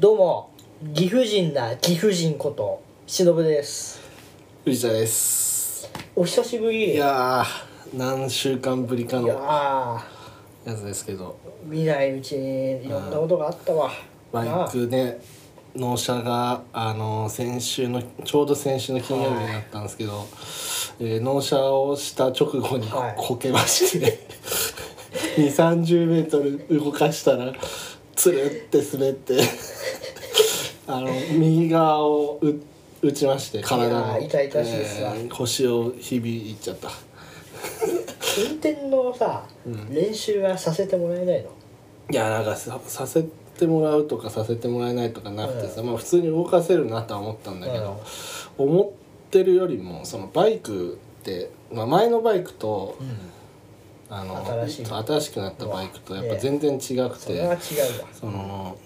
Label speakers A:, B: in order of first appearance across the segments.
A: どうも岐阜人な岐阜人こと忍です
B: 藤田です
A: お久しぶり
B: いやー何週間ぶりか
A: い
B: の
A: や
B: や
A: ー
B: つですけど
A: 見ないうちにいろんなことがあったわな
B: バ
A: あ
B: イクね納車があの先週のちょうど先週の金曜日になったんですけど、えー納車をした直後に
A: はい
B: こけまして、2 3 0メートル動かしたらつるって滑ってあの右側をう打ちまして体の
A: いやー痛々しいですわ
B: 腰を響いちゃった。
A: 運転のさ、練習はさせてもらえないの
B: いやなんかささせてもらうとかさせてもらえないとかなくてさ、まあ普通に動かせるなとは思ったんだけど、思ってるよりもそのバイクって、まあ、前のバイクと、あの
A: 新しい
B: 新しくなったバイクとやっぱ全然違く
A: そ
B: て、
A: れは違
B: その、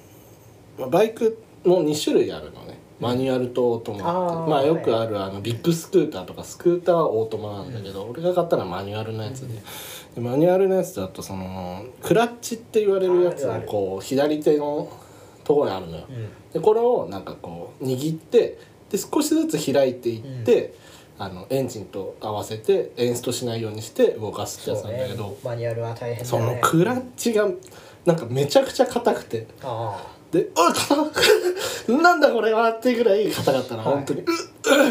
B: まあ、バイクも2種類あるのねマニュアルとオートマって、
A: あー
B: まあよくあるあのビッグスクーターとかスクーターはオートマなんだけど、俺が買ったのはマニュアルのやつで,、でマニュアルのやつだとそのクラッチって言われるやつ
A: あ
B: を
A: るある
B: こう左手のところにあるのよ
A: う、ん
B: でこれをなんかこう握ってで少しずつ開いていって、あのエンジンと合わせてエンストしないようにして動かすってやつ
A: そう
B: なんだ
A: ね
B: けど、
A: マニュアルは大変だね
B: そのクラッチがなんかめちゃくちゃ硬くて。
A: あ
B: で「あ硬っ なんだこれは」っていうぐらい硬かったら
A: はい
B: 本当に「うっ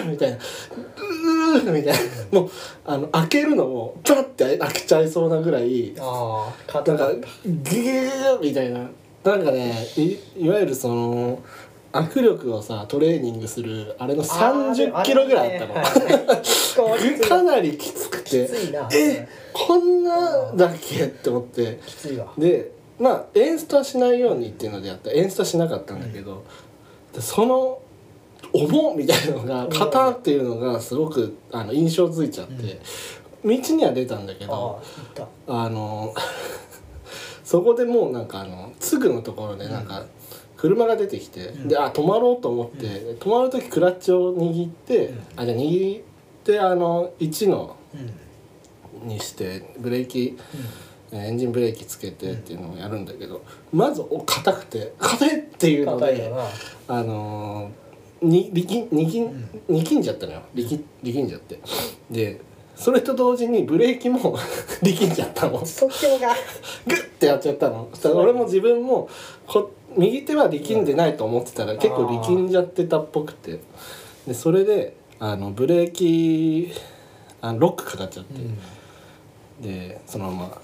B: うっ」みたいな「ううっ」みたいなもうあの開けるのもバッて開けちゃいそうなぐらい
A: あああ
B: な
A: 肩
B: んか
A: が
B: 「ギギギーみたいななんかねいいわゆるその握力をさトレーニングするあれの3 0キロぐらいあったの。
A: の
B: かなりきつく
A: き
B: て
A: ついな
B: えこんなだっけって思って
A: きついわ
B: でまあエンストはしないようにっていうのでやったエンストはしなかったんだけど、でその重っみたいなのが型っていうのがすごくあの印象づいちゃって、道には出たんだけ
A: あ
B: ど
A: あいった
B: あの そこでもうなんかあのすぐのところでなんか車が出てきて、
A: うん
B: であ止まろうと思って、止まる時クラッチを握って、
A: うん
B: あじゃあ握ってあの1の
A: うん
B: にしてブレーキえーエンジンブレーキつけてっていうのをやるんだけど、まずお硬くて硬いっていうの
A: 硬い
B: で
A: よな
B: あのーに力力
A: ん
B: 力んじゃったのよ力力んじゃってでそれと同時にブレーキも 力んじゃったの
A: そっちもが
B: グッてやっちゃったのそしたら俺も自分もこ右手は力んでないと思ってたら結構力んじゃってたっぽくてでそれであのブレーキあのロックかかっちゃって、でそのまま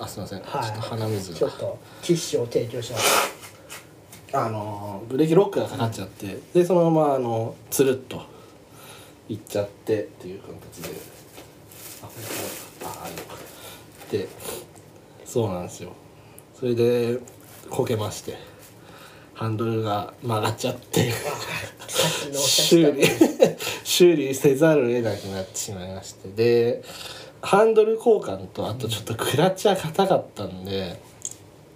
B: あすいません、
A: はい
B: ちょっと鼻水
A: ちょ
B: が
A: っとティッシュを提供します
B: あのーブレーキロックがかかっちゃって、でそのままあのつるっといっちゃってっていう形であこれああれでそうなんですよそれでこけましてハンドルが曲がっちゃって
A: さっきのおっしゃ
B: 修
A: っ
B: 理修理せざるを得なくなってしまいましてでハンドル交換とあとちょっとクラッチは硬かったんで、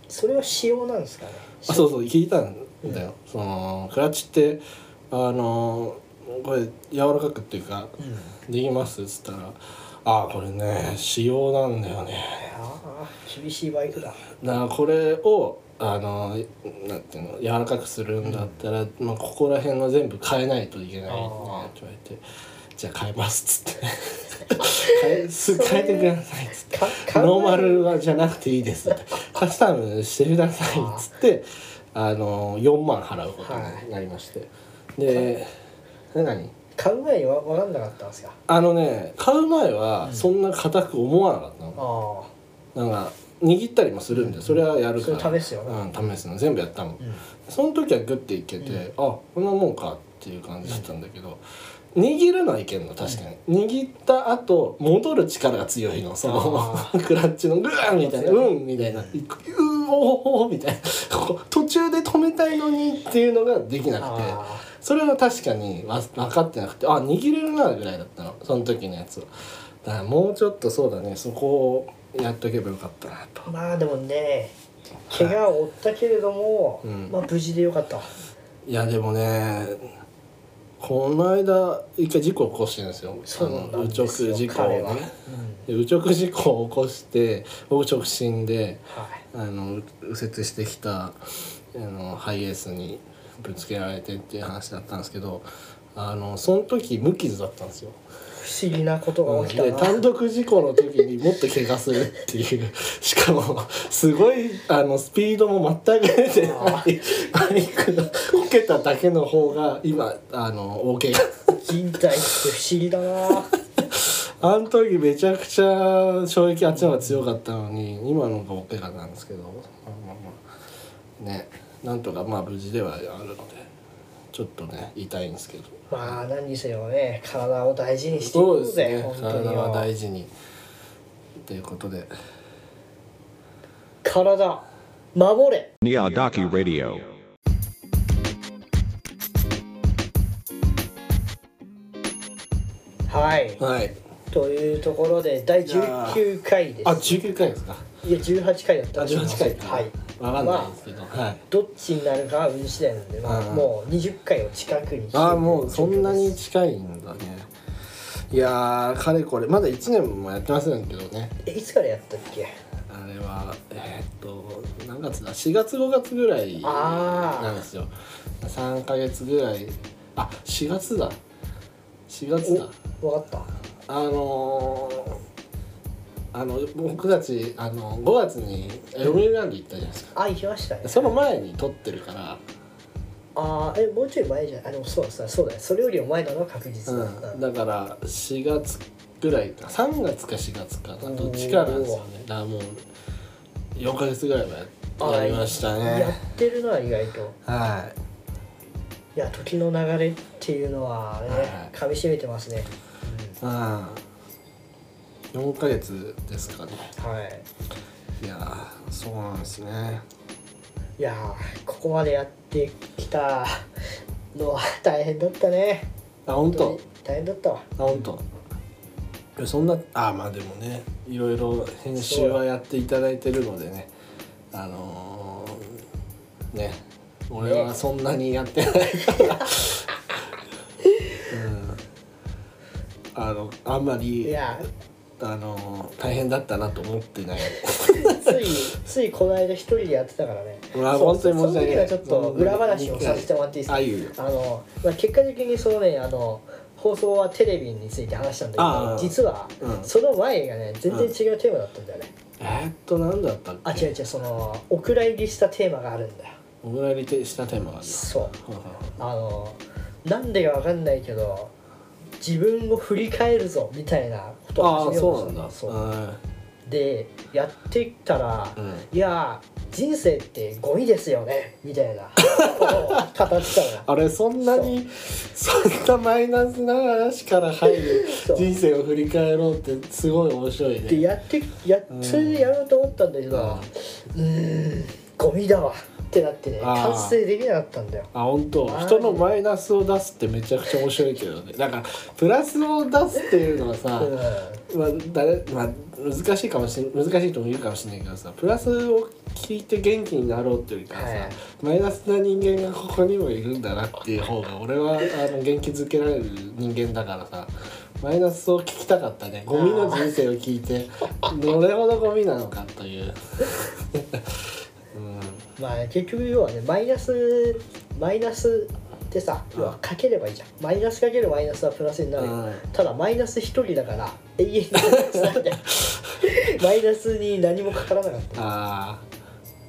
A: たそれは仕様なんですかね
B: あそうそう聞いたんだよ、そのクラッチってあのこれ柔らかくっていうか
A: うん
B: 「できます?」っつったら「ああこれね仕様なんだよね
A: ああ厳しいバイクだ」
B: だからこれをあのなんていうの柔らかくするんだったら、まあ、ここら辺の全部変えないといけないね
A: あー
B: って言われて「じゃあ変えます」っつって 「変えす
A: それ
B: 変えてください」っつって。
A: か考え
B: ノーマルはじゃなくていいですってカスタムしてくださいっつってあの4万払うことになりまして、で何
A: 考えは分かんなかったんですか
B: あのね買う前はそんな硬く思わなかったの、
A: あ
B: なんか握ったりもするんでそれはやるから
A: それ試すよね
B: うん、試すの全部やったもん、
A: うん
B: その時はグッていけて、あこんなもんかっていう感じだったんだけど、握るのはいけんの確かに、握った後戻る力が強いのそ
A: あ
B: の クラッチのグーンみたいな「うん」みたいな「うーおーおー」みたいなこう途中で止めたいのにっていうのができなくて
A: あ
B: それは確かにわ分かってなくてあ握れるなぐらいだったのその時のやつをだからもうちょっとそうだねそこをやっとけばよかったなと
A: あまあでもね怪我を負ったけれども、
B: うん
A: まあ無事でよかった
B: いやでもねこの間一回事故を起こしてるんですよ
A: そうなん
B: あの
A: ですよ
B: 右直事故を
A: 彼は、うん
B: ねで右直事故を起こして僕直進で
A: はい
B: あの右折してきたあのハイエースにぶつけられてっていう話だったんですけどあのその時無傷だったんですよ。
A: 不思議なことが起きた
B: で
A: な、
B: 単独事故の時にもっと怪我するっていう しかもすごいあのスピードも全く出てない
A: あ
B: バイクのこけただけの方が今あの大怪我。
A: 人体って不思議だな
B: あの時めちゃくちゃ衝撃あっちの方が強かったのに今のがお怪我なんですけどまあまあまあねなんとかまあ無事ではあるのでちょっとね痛いんですけど
A: まあ何にせよね体を大事にしてい
B: そ
A: こ
B: うで
A: う
B: す
A: ぜ
B: ね
A: 本当に
B: 体
A: よ
B: は大事にということで
A: 体守れ
C: Niyadaki Radio.
A: はい
B: はい
A: というところで第19回です
B: あ19回ですか
A: いや18回だった
B: あ
A: らしいな
B: 18回か
A: はい
B: わかんないですけど、はい
A: どっちになるかは運次第なんで、ま
B: う
A: あ、
B: ん
A: もう20回を近くに
B: ああもうそんなに近いんだねいやーかれこれまだ1年もやってませんけどね
A: えいつからやったっけ
B: あれはえーっと何月だ4月5月ぐらい
A: あー
B: なんですよ3ヶ月ぐらいあ4月だ4月だ
A: お分かっ
B: あのー、あの僕たちあの5月によみうりランド行ったじゃないですか
A: たあ行きましたね
B: その前に撮ってるから
A: ああえもうちょい前じゃないあでもそうだそうだそうだそれよりも前なのは確実だ、
B: うん、だから4月ぐらいか3月か4月か
A: おー
B: どっちかなんですよねだからもう4ヶ月ぐらいはややりました
A: やっ
B: ね
A: てるのは意外と
B: はい
A: いや時の流れっていうのはね、
B: はい
A: 噛みしめてますね、
B: ああ4ヶ月ですかね
A: うんはい
B: いやーそうなんですね
A: いやーここまでやってきたのは大変だったね
B: あ本当
A: 大変だったわ
B: あ本当いやそんなあまあでもねいろいろ編集はやっていただいてるのでねあのー、ね俺はそんなにやってないから、 うん、あのあんま
A: い
B: り
A: や
B: あのー大変だったなと思って ない
A: ついついこの間一人でやってたからね
B: うわ
A: そう
B: 本当に申し訳ない
A: その時はちょっと裏話をさせてもらっていいですか
B: あいいよ
A: あの、まあ、結果的にそのねあの放送はテレビについて話したんだけ
B: ああ
A: ど実は、
B: うん
A: その前がね全然違うテーマだったんだよね、
B: えーっと何だったっ
A: あ
B: け
A: 違う違うそのお蔵入りしたテーマがあるんだよ
B: お蔵入りしたテーマがある
A: そう
B: なははは
A: あのなんでかわかんないけど自分を振り返るぞみたいなこと
B: あ
A: を
B: あ
A: 始めようと
B: そ
A: した
B: うなん
A: のそ
B: だ
A: う
B: うん
A: でやってきたら、
B: うん
A: いやー人生ってゴミですよねみたいなことを語ってたのよ
B: あれそんなにそんなマイナスな話から入る
A: そう
B: 人生を振り返ろうってすごい面白い
A: で
B: ね
A: やってや
B: うん
A: それでやろうと思ったんだけどうーんゴミだわってなってね
B: あー
A: 完成できなかったんだよ
B: あ本当
A: はい
B: 人のマイナスを出すってめちゃくちゃ面白いけどねなんかプラスを出すっていうのはさ、
A: うん
B: まあ誰まあ、難しいかもしん難しいとも言うかもしれないけどさプラスを聞いて元気になろうっていうよりかはさ、
A: はい
B: マイナスな人間がここにもいるんだなっていう方が俺はあの元気づけられる人間だからさマイナスを聞きたかったねゴミの人生を聞いてどれほどゴミなのかという。 うん
A: まあ結局要はねマイナスマイナスってさ要はかければいいじゃんマイナスかけるマイナスはプラスになるよ、
B: うん
A: ただマイナス一人だから永遠にマイナスなんだよ マイナスに何もかからなかった
B: あ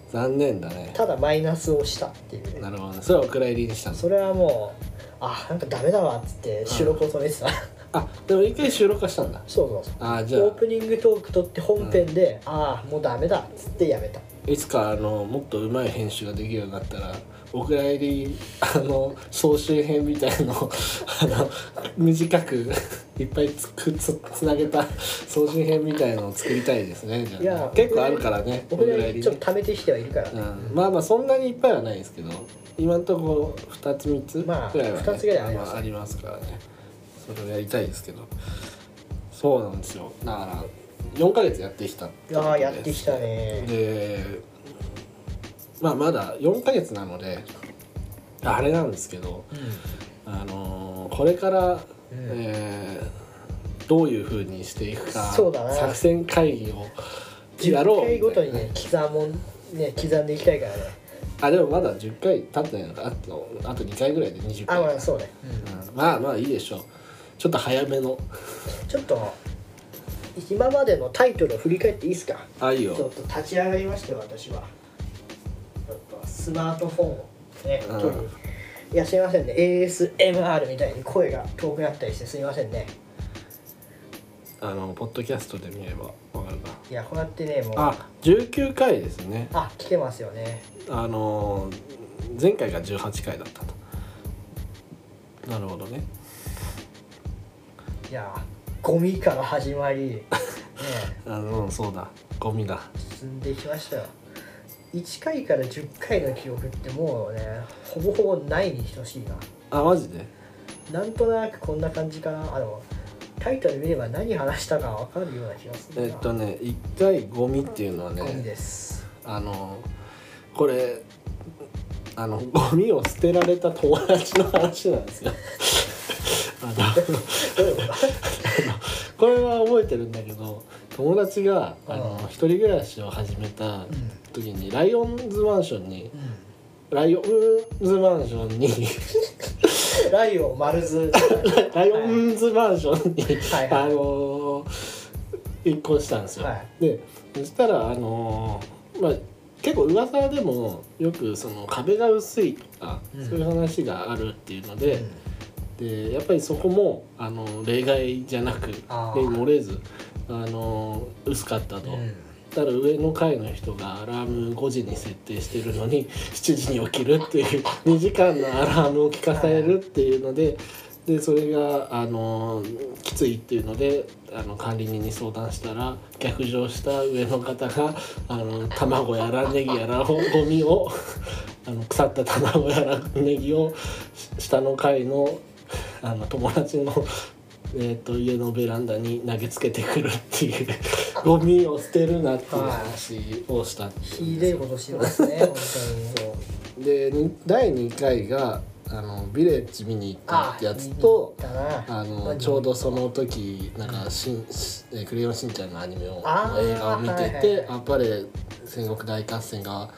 B: ー残念だね
A: ただマイナスをしたっていうね
B: なるほどねそれはお蔵入りにしたんだ
A: それはもうあなんかダメだわっつって収録を止めてた、
B: あでも一回収録化したんだ
A: そうそうそう
B: あーじゃあ
A: オープニングトーク撮って本編で、ああもうダメだっつってやめた
B: いつかあのもっと上手い編集ができるようになったらお蔵入りあの総集編みたいのをあの短くいっぱいつくつつなげた総集編みたいのを作りたいですねじゃあね
A: いや
B: 結構あるからね
A: 僕らに
B: り
A: ちょっと溜めてきてはいるから、ね
B: うん、まあまあそんなにいっぱいはないですけど今んとこ2つ3つ
A: まあ
B: ぐらいは、ね
A: 二つぐらいあります
B: あありますからねそれをやりたいですけどそうなんですよだから4ヶ月やってきたってこと
A: ああ
B: です
A: やってきたね
B: でまあまだ4ヶ月なのであれなんですけど、あのーこれから、えーどういうふうにしていくか
A: そうだな
B: 作戦会議をや
A: 10
B: ろう
A: 回ごとに
B: みたい
A: ね刻もんね刻んでいきたいからね
B: あでもまだ10回経ってないのかあとあと2回ぐらいで20
A: あ
B: 回
A: まあそうね、
B: うんまあまあいいでしょうちょっと早めの
A: ちょっと今までのタイトルを振り返っていいですか
B: あいい
A: ちょっ
B: よ
A: と立ち上がりまして私はちょっとスマートフォンをね
B: うん
A: 取りにいやすいませんね ASMR みたいに声が遠くなったりしてすいませんね
B: あのポッドキャストで見ればわかるない
A: やこうやってねもうあ
B: あ19回ですね
A: 来てますよね
B: あのー前回が18回だったとなるほどね
A: いやゴミから始まりね
B: あのそうだゴミだ
A: 進んでいきましたよ1回から10回の記憶ってもうねほぼほぼないに等しいな
B: あマジで
A: なんとなくこんな感じかなあのタイトル見れば何話したか分かるような気がするな
B: えっとね一回ゴミっていうのは
A: ゴミ
B: ね
A: です
B: あのこれあのゴミを捨てられた友達の話なんですよあの
A: どういうこと
B: これは覚えてるんだけど友達があの
A: うん
B: 一人暮らしを始めた時にライオンズマンションに
A: うん
B: ライオンズマンションに
A: ライオン丸ズ
B: ライオンズマンションに、
A: はいはい
B: あのー、一婚したんですよ。
A: は
B: でそしたらあのーまあ結構噂でもよくその壁が薄いとか、
A: うん
B: そういう話があるっていうの
A: い、
B: で、
A: うん
B: でやっぱりそこもあの例外じゃなく例に
A: あー
B: 漏れずあの薄かったと。
A: うん
B: ただ上の階の人がアラーム5時に設定してるのに7時に起きるっていう2時間のアラームを聞かされるっていうのででそれがあのきついっていうのであの管理人に相談したら逆上した上の方があの卵やらネギやらをゴミをあの腐った卵やらネギを下の階のあの友達のえー、と家のベランダに投げつけてくるっていうゴミを捨てるなっていう話をしたってい
A: ひ
B: う
A: でえことしてますね本当に
B: でに第2回があのビレッジ見に行ったってやつと
A: 見に行ったな
B: あのちょうどその時なんかしんしえークレヨンしんちゃん」のアニメを
A: あー
B: の映画を見てて、
A: はいはい
B: やっぱり戦国大合戦が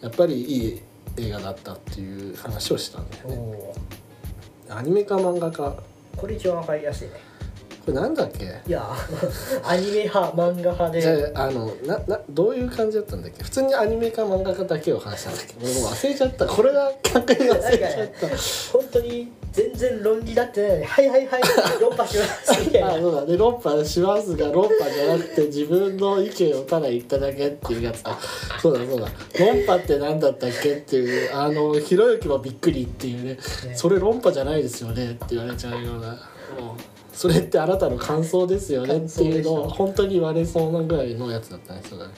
B: やっぱりいい映画だったっていう話をしたんだよ
A: お
B: ね
A: おー
B: アニメか漫画か
A: これ一番わかりやすいね
B: これなんだっけ
A: いやアニメ派漫画派
B: じゃ
A: で
B: ああのななどういう感じだったんだっけ普通にアニメか漫画かだけを話したんだっけどもう忘れちゃったこれが確認忘れちゃっ
A: 本当に全然論理だってないのに「はいはいはい論破します」みたい
B: た あ
A: な
B: そうだね論破しますが論破じゃなくて自分の意見をただ言っただけっていうやつだそうだそうだ論破って何だったっけっていうあのひろゆきもびっくりっていうねそれ論破じゃないですよねって言われちゃうようなもうそれってあなたの感想ですよねっていうのを本当に言われそうなぐらいのやつだったねそうだね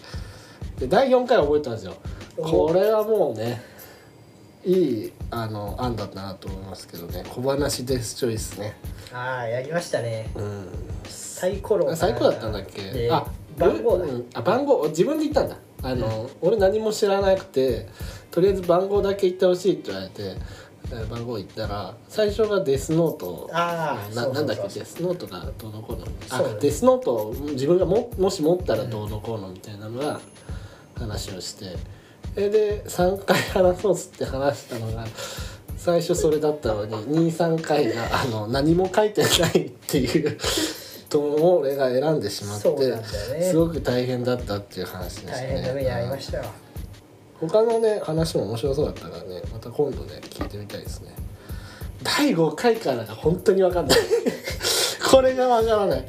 B: で第4回は覚えたんですよこれはもうねいいあの案だったなと思いますけどね小話デスチョイスね
A: ああやりましたね
B: うん
A: サイコロか
B: あ
A: な
B: 最高だったんだっけ
A: で
B: あ
A: 番号だ、
B: うんあ番号自分で言ったんだあの、俺何も知らなくてとりあえず番号だけ言ってほしいって言われてえー番号言ったら最初がデスノート
A: あー
B: な
A: そうそうそ
B: な
A: う
B: んだっけデスノートがどうのこうのあ
A: そうだね
B: デスノートを自分がももし持ったらどうのこうのみたいなのが話をしてえーで3回話そうっつって話したのが最初それだったのに23回があの何も書いてないっていうとを俺が選んでしまって
A: そうなんだよね
B: すごく大変だったっていう話でした
A: 大
B: ね。
A: 変な目に遭いましたよ
B: 他のね話も面白そうだったからねまた今度ね聞いてみたいですね第5回からが本当に分かんないこれが分からない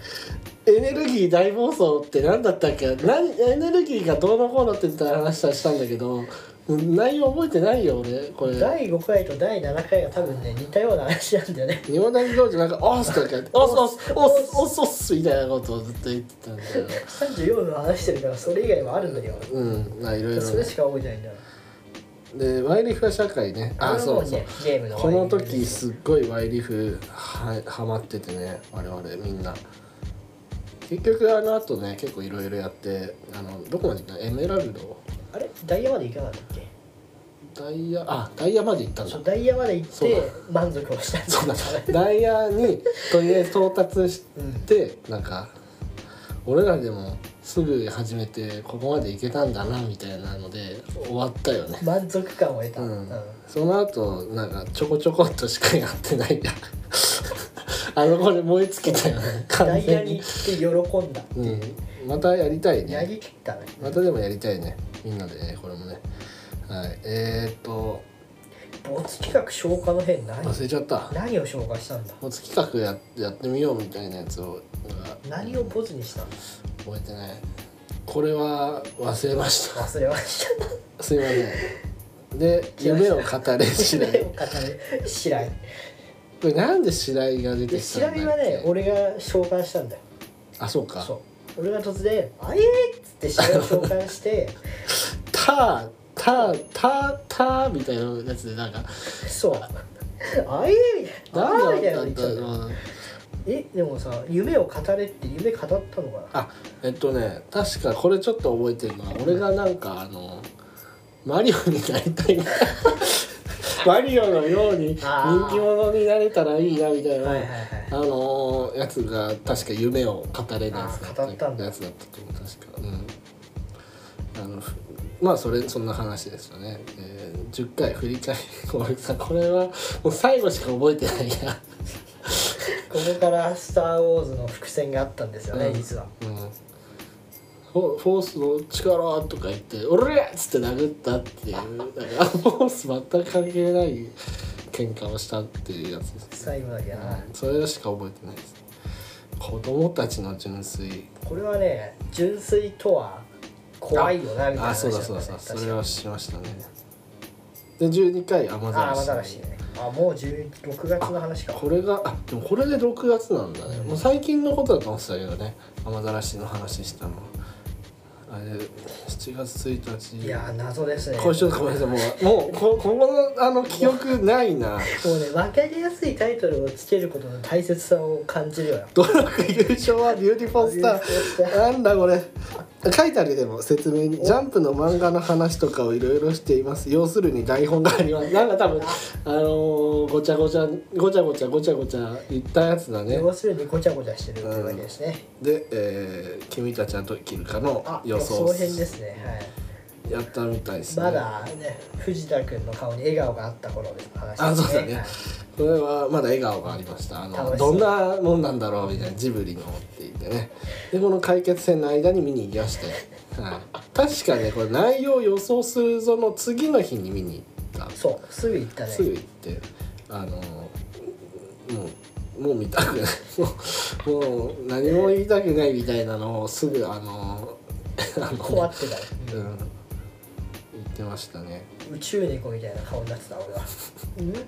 B: エネルギー大暴走って何だったっけなんエネルギーがどうのこうのって言った話はしたんだけどうん内容覚えてないよ俺これ
A: 第5回と第7回が多分ね似たような話なんだよね
B: 日本大行事なんか「おっす」とか言って「おっすおっすおっすおっすおっす」みたいなことをずっと言ってたんだけど
A: 34の話してるからそれ以外もあるんだよ
B: うんまあいろいろ
A: それ
B: ね
A: しか覚えてないんだよ
B: でワイリフは社会ね
A: こ
B: あ
A: れは
B: そ
A: も
B: う
A: ね
B: そう
A: ゲームの
B: こ
A: 終わ
B: の
A: りです
B: 時すっごいワイリフははまっててね我々みんな結局あの後ね結構いろいろやってあのどこまで行ったのエメラルド
A: あれダイヤまで行かなかったっけ
B: ダイヤあダイヤまで行ったんだ
A: そうダイヤまで行っ
B: そうだ
A: て満足をしたんだ
B: そうだダイヤにとりあえず到達して、なんか俺らでもすぐ始めてここまでいけたんだなみたいなので終わったよね
A: 満足感を得た、
B: う
A: うん
B: ん、その後なんかちょこちょこっとしかやってないや あのこれ燃え尽きたよね
A: ダ
B: 完
A: イヤ
B: 全
A: に
B: に
A: 行って喜んだって
B: う、
A: いうん
B: またやりたい
A: や
B: ね
A: りきったね
B: またでもやりたいねみんなでねこれもねはいえー、っと
A: 没企画消化の変何
B: 忘れちゃった
A: 何を消化したんだ
B: もつ企画ややってみようみたいなやつをが
A: 何をボツにしたの
B: 覚えてないこれは忘れまし
A: 忘れました
B: た すいませ んで夢を語れ
A: 白
B: 白
A: 井を
B: 井
A: 語る白井
B: これなんで白井が出て
A: で
B: きたんだっ
A: 白
B: け
A: 井はね俺が召喚したんだよ
B: あそうか
A: そう俺が突然「あえー!」っつって白井を召喚して
B: タタタタみたいなやつでなんか
A: そう「あえー!」みたいな「あー!」みたいなこと言っちゃうんだよ
B: だ
A: えでもさ夢を語れって夢語ったのかな
B: あえっとね確かこれちょっと覚えてるのは俺がなんかあのマリオになり たいなマリオのように人
A: あー
B: 気者になれたらいいなみたいな、
A: はいはいはい
B: あのーやつが確か夢を語れるやつだった
A: あー語ったんだ
B: やつだったと思う確かうんあのふまあそれそんな話ですよね、えー10回振り返り俺さこれはもう最後しか覚えてないな
A: ここから「スター・ウォーズ」の伏線があったんですよね、
B: うん
A: 実は
B: うんフォフォースの力とか言って「おれ!」っつって殴ったっていうなんかフォース全く関係ない喧嘩をしたっていうやつですね
A: 最後だけな、
B: それしか覚えてないです子供たちの純粋
A: これはね純粋とは怖いよなみたいな
B: あ
A: 話
B: そう
A: だ
B: だ
A: ったね
B: そうだそうだ
A: 確か
B: それはしましたねで12回アマ
A: ああま
B: ザ
A: だ
B: ラ
A: らし
B: シ
A: いねあもう16月の話か
B: これがあでもこれで6月なんだねもう最近のことだと思ってたけどねアマザラシの話したのあれ7月1日
A: いやー謎ですね
B: これちょっとごめんなさいもうもうこ今後のあの記憶ない な
A: もうね分かりやすいタイトルをつけることの大切さを感じるよ
B: 努力優勝はビューティフォンスタ
A: ビューティフォンス
B: ーなんだこれ書いてあるでも説明に「ジャンプの漫画の話とかをいろいろしています要するに台本があります」なんか多分あのーごちゃごちゃごちゃごちゃごちゃごちゃ言ったやつだね
A: 要するにごちゃごちゃしてるっていうわけですね、
B: で、えー君たちはどう生きるか」の
A: あ
B: 予
A: 予
B: 想
A: 想編ですねはい
B: やったみたいですね
A: まだね藤田君の顔に笑顔があった頃の話
B: あそうだ
A: は
B: ね
A: い
B: これはまだ笑顔がありましたあの
A: 楽しそ
B: ど
A: うん
B: なもんなんだろうみたいなジブリのって言ってねでこの解決戦の間に見に行きまして、はい、確かねこれ内容を予想するぞの次の日に見に行った
A: そうすぐ行ったね
B: すぐ行ってあのもうもう見たくないもうもう何も言いたくないみたいなのをすぐあのあ
A: 困っ
B: の、
A: てたよ、
B: うん、言ってましたね
A: 宇宙猫みたいな顔になってた 俺はうんみたいな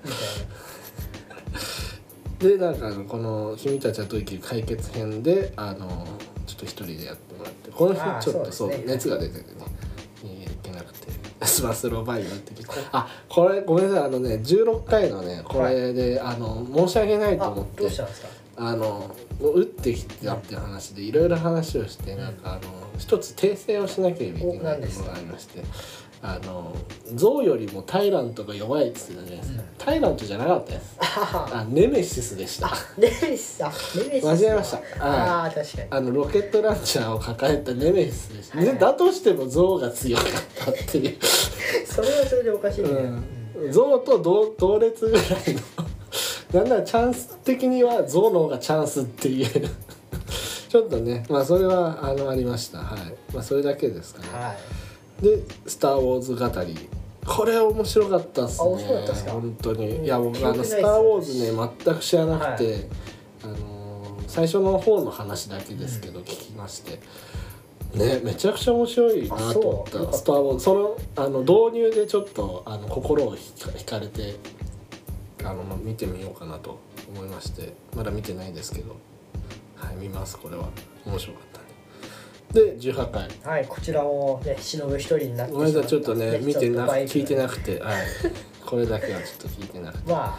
B: でなんかあのこの「君たちはどう生きる」解決編であのちょっと一人でやってもらってこの
A: あー
B: 日ちょっとそ,、
A: そううですね
B: 熱が出ててねいけなくてスマスロバイになってきてあこれごめんなさいあのね16回のねこれで、あの申し訳ないと思っ
A: あど
B: て
A: うしたんですか
B: あのもう打ってきてたって話でいろいろ話をしてなんかあの一つ訂正をしなければいけないところがありましてあの象よりもタイラントが弱いっつってたじゃないですか、
A: うん
B: タイラントじゃなかった です
A: あはは
B: あネメシスでした
A: ネメシスあネメシス
B: 間違えました
A: ああ確かに
B: あのロケットランチャーを抱えたネメシスでした、
A: はいはい
B: でだとしても象が強かったっていう
A: それはそれでおかしいね、うん
B: うん、象と同同列ぐらいのなんならチャンス的には象の方がチャンスっていうちょっとねまあそれはあのありましたはいまあそれだけですかね、
A: はい
B: で「スター・ウォーズ」語りこれ面白かったっすね
A: あ面白かったっすか
B: 本当に、
A: うん
B: いや僕あ
A: 記憶ない
B: の「
A: っす
B: スター・ウォーズね」全く知らなくて、あのー最初の方の話だけですけど、聞きましてねめちゃくちゃ面白いなと思っ
A: あそう
B: た
A: よかっ
B: 「
A: た
B: スター・ウォーズ」そのあの導入でちょっとあの心を惹か惹かれてあのまあ見てみようかなと思いましてまだ見てないですけどはい見ますこれは面白かったねで18回
A: はい、こちらもね、忍ぶ一人になって
B: ごめんなさいちょっと
A: しまった
B: ね
A: んで
B: 見
A: ち
B: てな
A: ょっと
B: く
A: バイク
B: 聞いてなくて、はい、これだけはちょっと聞いてなくて
A: まあ、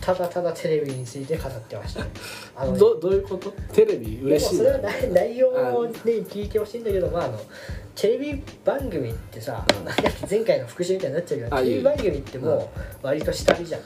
A: ただただテレビについて語ってま したね。あのね
B: どどういうことテレビ
A: でも
B: 嬉しい
A: それは
B: な
A: 内内容をね聞いてほしいんだけど、まあ、あのテレビ番組ってさ、なんか前回の復習みたいになっちゃうけど
B: あ
A: テ
B: いい
A: レビ番組ってもう割と下火じゃん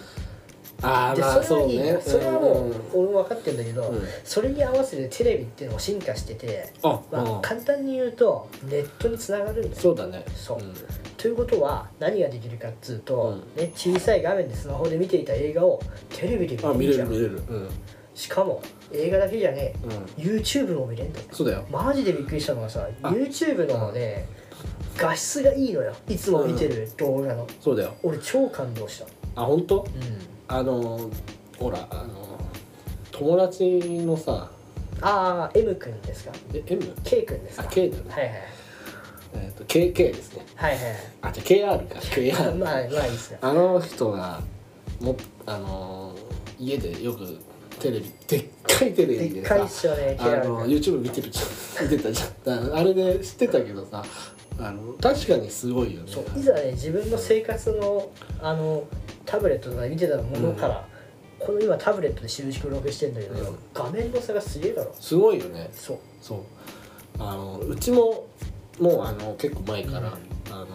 B: ああ
A: で
B: まあ
A: それ
B: そ
A: は
B: う
A: いい
B: ね
A: それはも
B: んん
A: う俺も分かってるんだけど、
B: うん
A: それに合わせてテレビっていうのも進化してて、
B: あ、
A: ま
B: う
A: あ、
B: ん
A: 簡単に言うとネットにつながるんだよ
B: そうだね
A: そうんということは何ができるかっつうと、
B: う
A: ね、小さい画面でスマホで見ていた映画をテレビで
B: あ
A: 見
B: 見
A: れる
B: れ
A: じゃ
B: る
A: ん
B: 見れるうん、うん、
A: しかも映画だけじゃねえ YouTube も見れんだよ
B: そうだよ
A: マジでびっくりしたのがさ
B: あ
A: YouTube のね画質がいいのよいつも見てる動画の、
B: そうだよ
A: 俺超感動した、
B: あ本当
A: うん、
B: あのーほらあのー友達のさ
A: ああ M 君ですか
B: え M?
A: K 君です
B: あ
A: か
B: K だね
A: はいはい
B: えっ、と KK ですね
A: はいはい
B: あじゃあ KR か
A: はい
B: KR
A: まあまあいいっすよ
B: あの人がもあのー家でよくテレビでっかいテレビ
A: で
B: で
A: っ
B: さ
A: かいっすよね
B: あ
A: KR
B: の
A: 君
B: YouTube 見てるじゃん見てたじゃんああれで知ってたけどさあの確かにすごいよね
A: そういざね自分の生活のあのタブレットとかで見てたものから、この今タブレットで収録してんだけど、
B: うん
A: 画面の差がすげえだろ
B: すごいよね
A: そう
B: そうあのうちももうあの結構前から、
A: うん
B: あの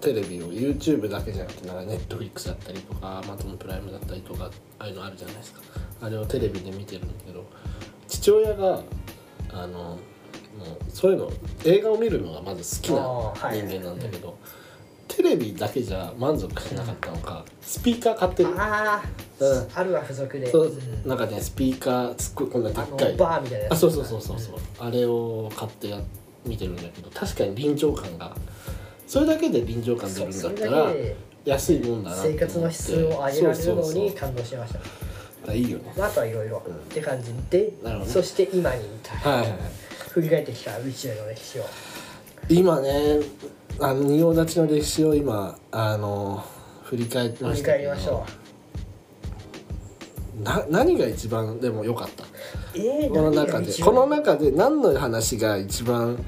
B: テレビを YouTube だけじゃなくてなんか Netflix だったりとか Amazon プライムだったりとかああいうのあるじゃないですかあれをテレビで見てるんだけど父親があのもうそういうの映画を見るのがまず好きな
A: あーはい
B: 人間なんだけど、テレビだけじゃ満足しなかったのかスピーカー買ってる。
A: ああ、
B: うん
A: あるわ付属で
B: そう
A: うん
B: なんかねスピーカーすっごいこんなで
A: あ
B: っ
A: の
B: かい
A: バーみたいなやつ
B: あそうそうそうそうそう、あれを買ってや見てるんだけど確かに臨場感がそれだけで臨場感出
A: そうんそ
B: るだっ
A: れ
B: た
A: だ
B: ら
A: けで
B: 安いもんだなと思
A: 生
B: って
A: 活の質を上げられる
B: そ
A: の
B: うそう
A: に
B: そう
A: 感動しました
B: あいいよね
A: まあ、あとはいろいろ
B: うん
A: って感じで、
B: なるほどね
A: そして今に至る、
B: はいはいはい
A: 振り返ってきた宇宙の歴史を
B: 今ねあの仁王立ちの歴史を今あの振り返って
A: 振
B: ま
A: り
B: した
A: 返
B: け
A: り
B: ど
A: ましょ
B: な何が一番でも良かった
A: うえー、
B: この
A: 何
B: 中
A: が
B: で
A: 一
B: こ
A: 番
B: の中で何の話が一番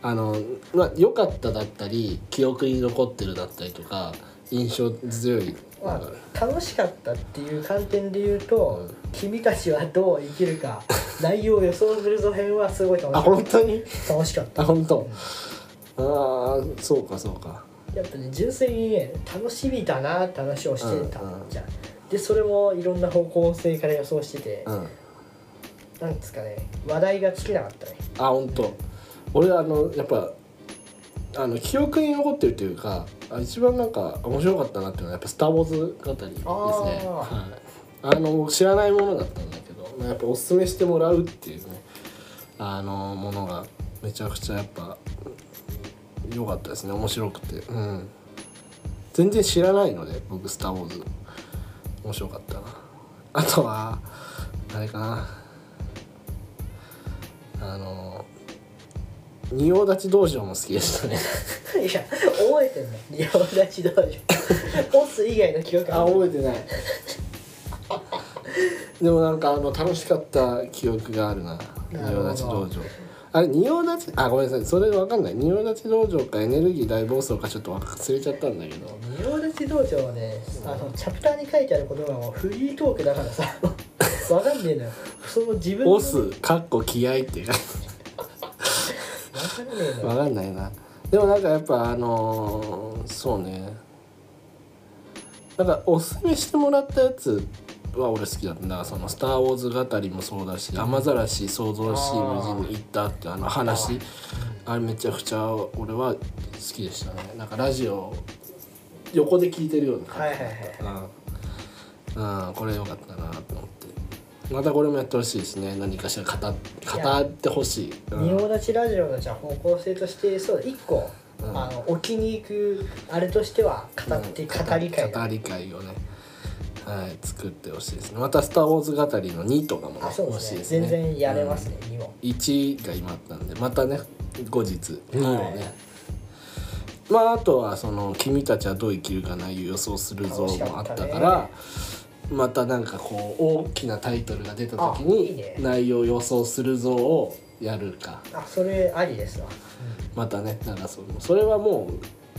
B: あのまあ良かっただったり記憶に残ってるだったりとか印象強い
A: まあ、楽しかったっていう観点で言うと、
B: うん
A: 君たちはどう生きる か内容を予想するぞ編はすごい楽し
B: あ
A: かっ
B: 本当に
A: た楽しかった
B: あ本当ああそうかそうか
A: やっぱね純粋にね楽しみだなって話をしてた
B: うんうん
A: じゃん、でそれもいろんな方向性から予想してて、
B: うん
A: なんですかね話題が尽きなかったね
B: あ本当俺あのやっぱあの記憶に残ってるというかあ一番なんか面白かったなっていうのはやっぱ「スター・ウォーズ」語りですね
A: あー
B: はい、あの僕知らないものだったんだけどまあやっぱおすすめしてもらうっていうねあのものがめちゃくちゃやっぱ良かったですね面白くてうん全然知らないので僕「スター・ウォーズ」面白かったなあとはあれかなあの仁王立ち道場も好きでしたね
A: いや覚えてんの仁王立ち道場オス以外の記憶
B: あ
A: ある
B: 覚えてない でもなんかあの楽しかった記憶があるな
A: な
B: 仁
A: るほ
B: 王
A: ど
B: 立ち道場あれ仁王立ちあごめんなさいそれ分かんない仁王立ち道場かエネルギー大暴走かちょっと忘れちゃったんだけ ど
A: 仁王立ち道場はねあのチャプターに書いてあることがもうフリートークだ からさわかんねえのよその自分の
B: 押すかっこ気合っていうか
A: わかんねえの
B: わ
A: よ
B: かんないなでもなんかやっぱあのーそうねなんかおすすめしてもらったやつは俺好きだったなその「スター・ウォーズ」語りもそうだし「雨ざらし創造し無人に行った」ってあの話あれめちゃくちゃ俺は好きでしたねなんかラジオを横で聞いてるような
A: はい
B: 感
A: はい
B: じ
A: はい
B: うん、うん、これ良かったなと思ってまたこれもやってほしいですね何かしら語語ってほしい、うん
A: 仁王立ちラジオのじゃあ方向性としてそうだ一個、
B: うん
A: あの置きに行くあれとしては語って、語り会
B: 語
A: だ
B: り会をねはい作ってほしいですねまた「スター・ウォーズ」語りの2とかもね
A: あそうで
B: 欲
A: す
B: しい
A: ね
B: ですね
A: 全然やれますね、二も
B: 1が今あったんでまたね後日2をね、
A: はい
B: まああとはその「君たちはどう生きるか内容予想するぞ」もあったから
A: 楽しか
B: またなんかこう大きなタイトルが出た時
A: あいい
B: に
A: ね
B: 内容予想するぞをやるか
A: あそれありですわ、
B: またねなんかそのそれはもう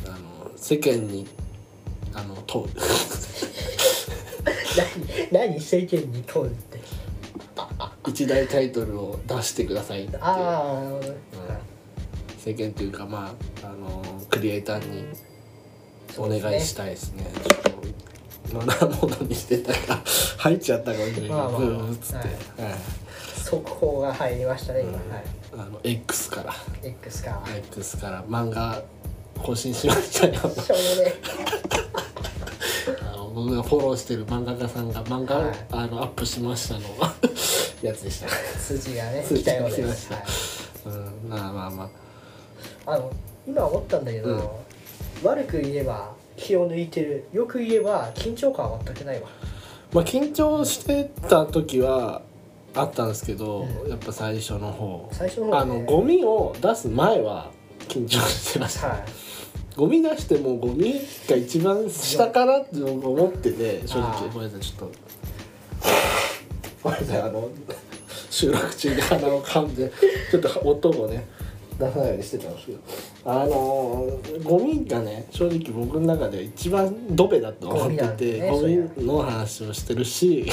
B: あの世間にあの問う
A: 何何世間に問うって
B: 一大タイトルを出してくださいっていう
A: ああなるほど、
B: 世間というかまああのクリエイターに
A: そ
B: お
A: うですね
B: 願いしたいですねちょっとマナーモードにしてたから 入っちゃったかもしれないけど、
A: まあまあ
B: ブーっつって、はい
A: 速報が入りましたね今、はい
B: あの X から
A: X か、
B: X から漫画更新しまし たよ
A: しょうもね
B: あの僕がフォローしてる漫画家さんが漫画、
A: はい
B: あのアップしましたの やつでした、
A: 数字がね
B: 通
A: 来
B: 知
A: たよう
B: が来
A: で、
B: ますした
A: はい、
B: うん、まあまあまあ
A: あの今思ったんだけど、悪く言えば気を抜いてるよく言えば緊張感は全くないわ
B: まあ緊張してた時はあったんですけど、
A: うん
B: やっぱ最初の方
A: 最初の方ね
B: あのゴミを出す前は緊張してました
A: はい
B: ゴミ出してもゴミが一番下かなって僕思ってて
A: あ
B: 正直
A: ー
B: ごめんなさいちょっとごめんなさいあの収録中に鼻を噛んでちょっと音をね出さないようにしてたんですけどあのーゴミがね正直僕の中で一番ドベだと思っててゴ
A: ゴ
B: ミ,、
A: ミなんだね
B: の話をしてる し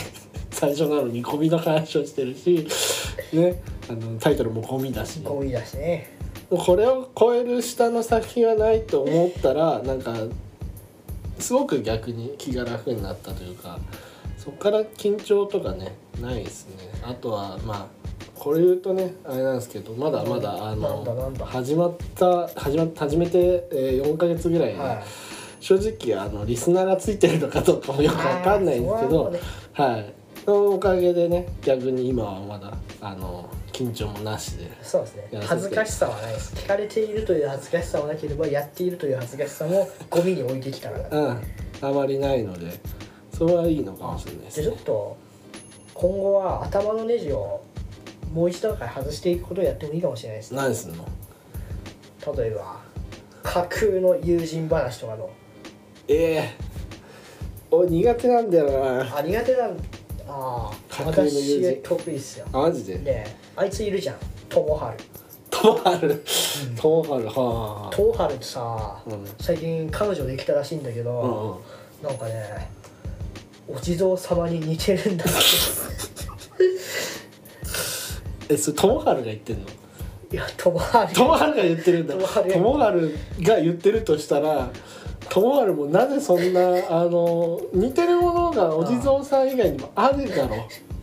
B: 最初なのにゴミの話をしてるしねあのタイトルもゴミだし、
A: ゴミだしね
B: もうこれを超える下の作品はないと思ったらなんかすごく逆に気が楽になったというかそこから緊張とかねないですねあとはまあこれ言うとねあれなんですけどまだまだあ
A: なんだなんだ
B: の始まった始ま始めてえー4ヶ月ぐらいで、
A: は
B: 正直あのリスナーがついてるのかどうかもよくわかんないんですけ
A: あー
B: ど
A: そうだね
B: はいそのおかげでね逆に今はまだあの緊張もなしで。
A: いそうですね
B: いや
A: 恥ずかしさはないです聞かれているという恥ずかしさはなければやっているという恥ずかしさもゴミに置いてきたからじゃ
B: うん、あまりないのでそれはいいのかもしれないで
A: あ
B: す
A: ちょっ
B: ね
A: と今後は頭のネジをもう一段階外していくことをやってもいいかもしれないですね
B: 何すんの
A: 例えば架空の友人話とかの
B: ええお苦手なんだよな
A: あ苦手なんああ
B: 架空の友人
A: 私得意っすよ
B: あマジで
A: ねえあいついるじゃん友春
B: ともはるともはるはあ
A: 友春ってさ、
B: うん
A: 最近彼女できたらしいんだけど、
B: うんうん
A: なんかねお地蔵様に似てるんだって
B: えそれともはるが言ってんの
A: いや友春
B: ともはるが言ってるんだ
A: ともはる
B: ともはるが言ってるとしたらともはるもなぜそんなあの似てるものがお地蔵さん以外にもあるだろ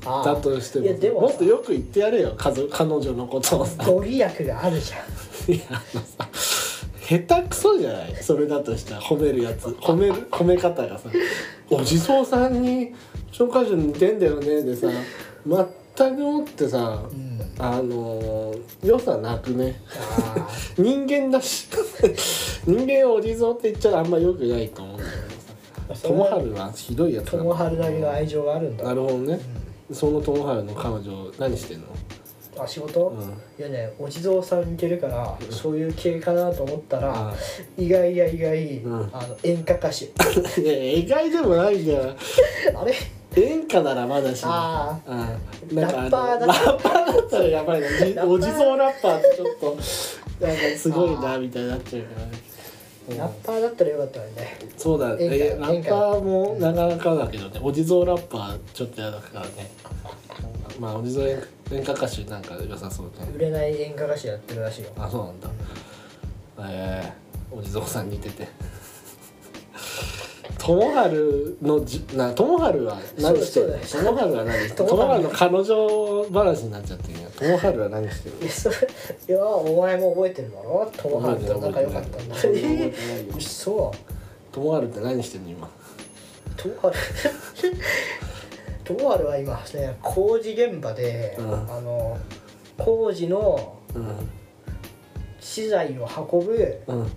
A: ああ
B: だとして
A: いやで
B: も
A: も
B: もっとよく言ってやれよ家族彼女のことをさ
A: ご利益がある じゃん
B: いやあのさ下手くそじゃないそれだとしたら褒めるやつ褒める褒め方がさ「お地蔵さんに紹介状似てんだよね」でさ全くもってさ、
A: ん
B: あのー良さなくね
A: ああ
B: 人間だし人間をお地蔵って言っちゃあんま良くないと思うんだけどさ友春はひどいやつ
A: 友春なりの愛情があるんだ
B: なるほどね、その友春の彼女何してんの
A: あ仕事、
B: うん
A: いやねお地蔵さん似てるから、そういう系かなと思ったら
B: あ、
A: 意外や意外、
B: うん
A: あの演歌歌手
B: いや意外でもないんだよ
A: あれ
B: 演歌ならまだしも
A: あ
B: うんなんかあ
A: ラッ
B: の
A: パーだ
B: ラッパーだったらやばいなじ
A: ラッパー
B: お地蔵ラッパーってちょっとなんかすごいなみたいになっちゃうからね、
A: あ
B: うん
A: ラッパーだったらよかったよね
B: そうだ
A: 演歌
B: えラッパーもなかなかだけどねお地蔵ラッパーちょっとやだからねまあお地蔵演演歌歌手なんか良さそうね
A: 売れない演歌歌手やってるらしいよ
B: あそうなんだえー、お地蔵さん似て て友春のじな友春は何してるの
A: そう
B: 友春は何して
A: 友
B: る 友
A: 春
B: 春の彼女話になっちゃってるよ友春は何してる
A: いやそれいやお前も覚えてるだろ友春と仲良かったんだ
B: 覚えてない覚えてな いよ
A: うそ
B: 友春って何してるの今
A: 友春 友春は今ね工事現場で、
B: うん
A: あの工事の
B: う
A: 資材を運ぶ
B: んうん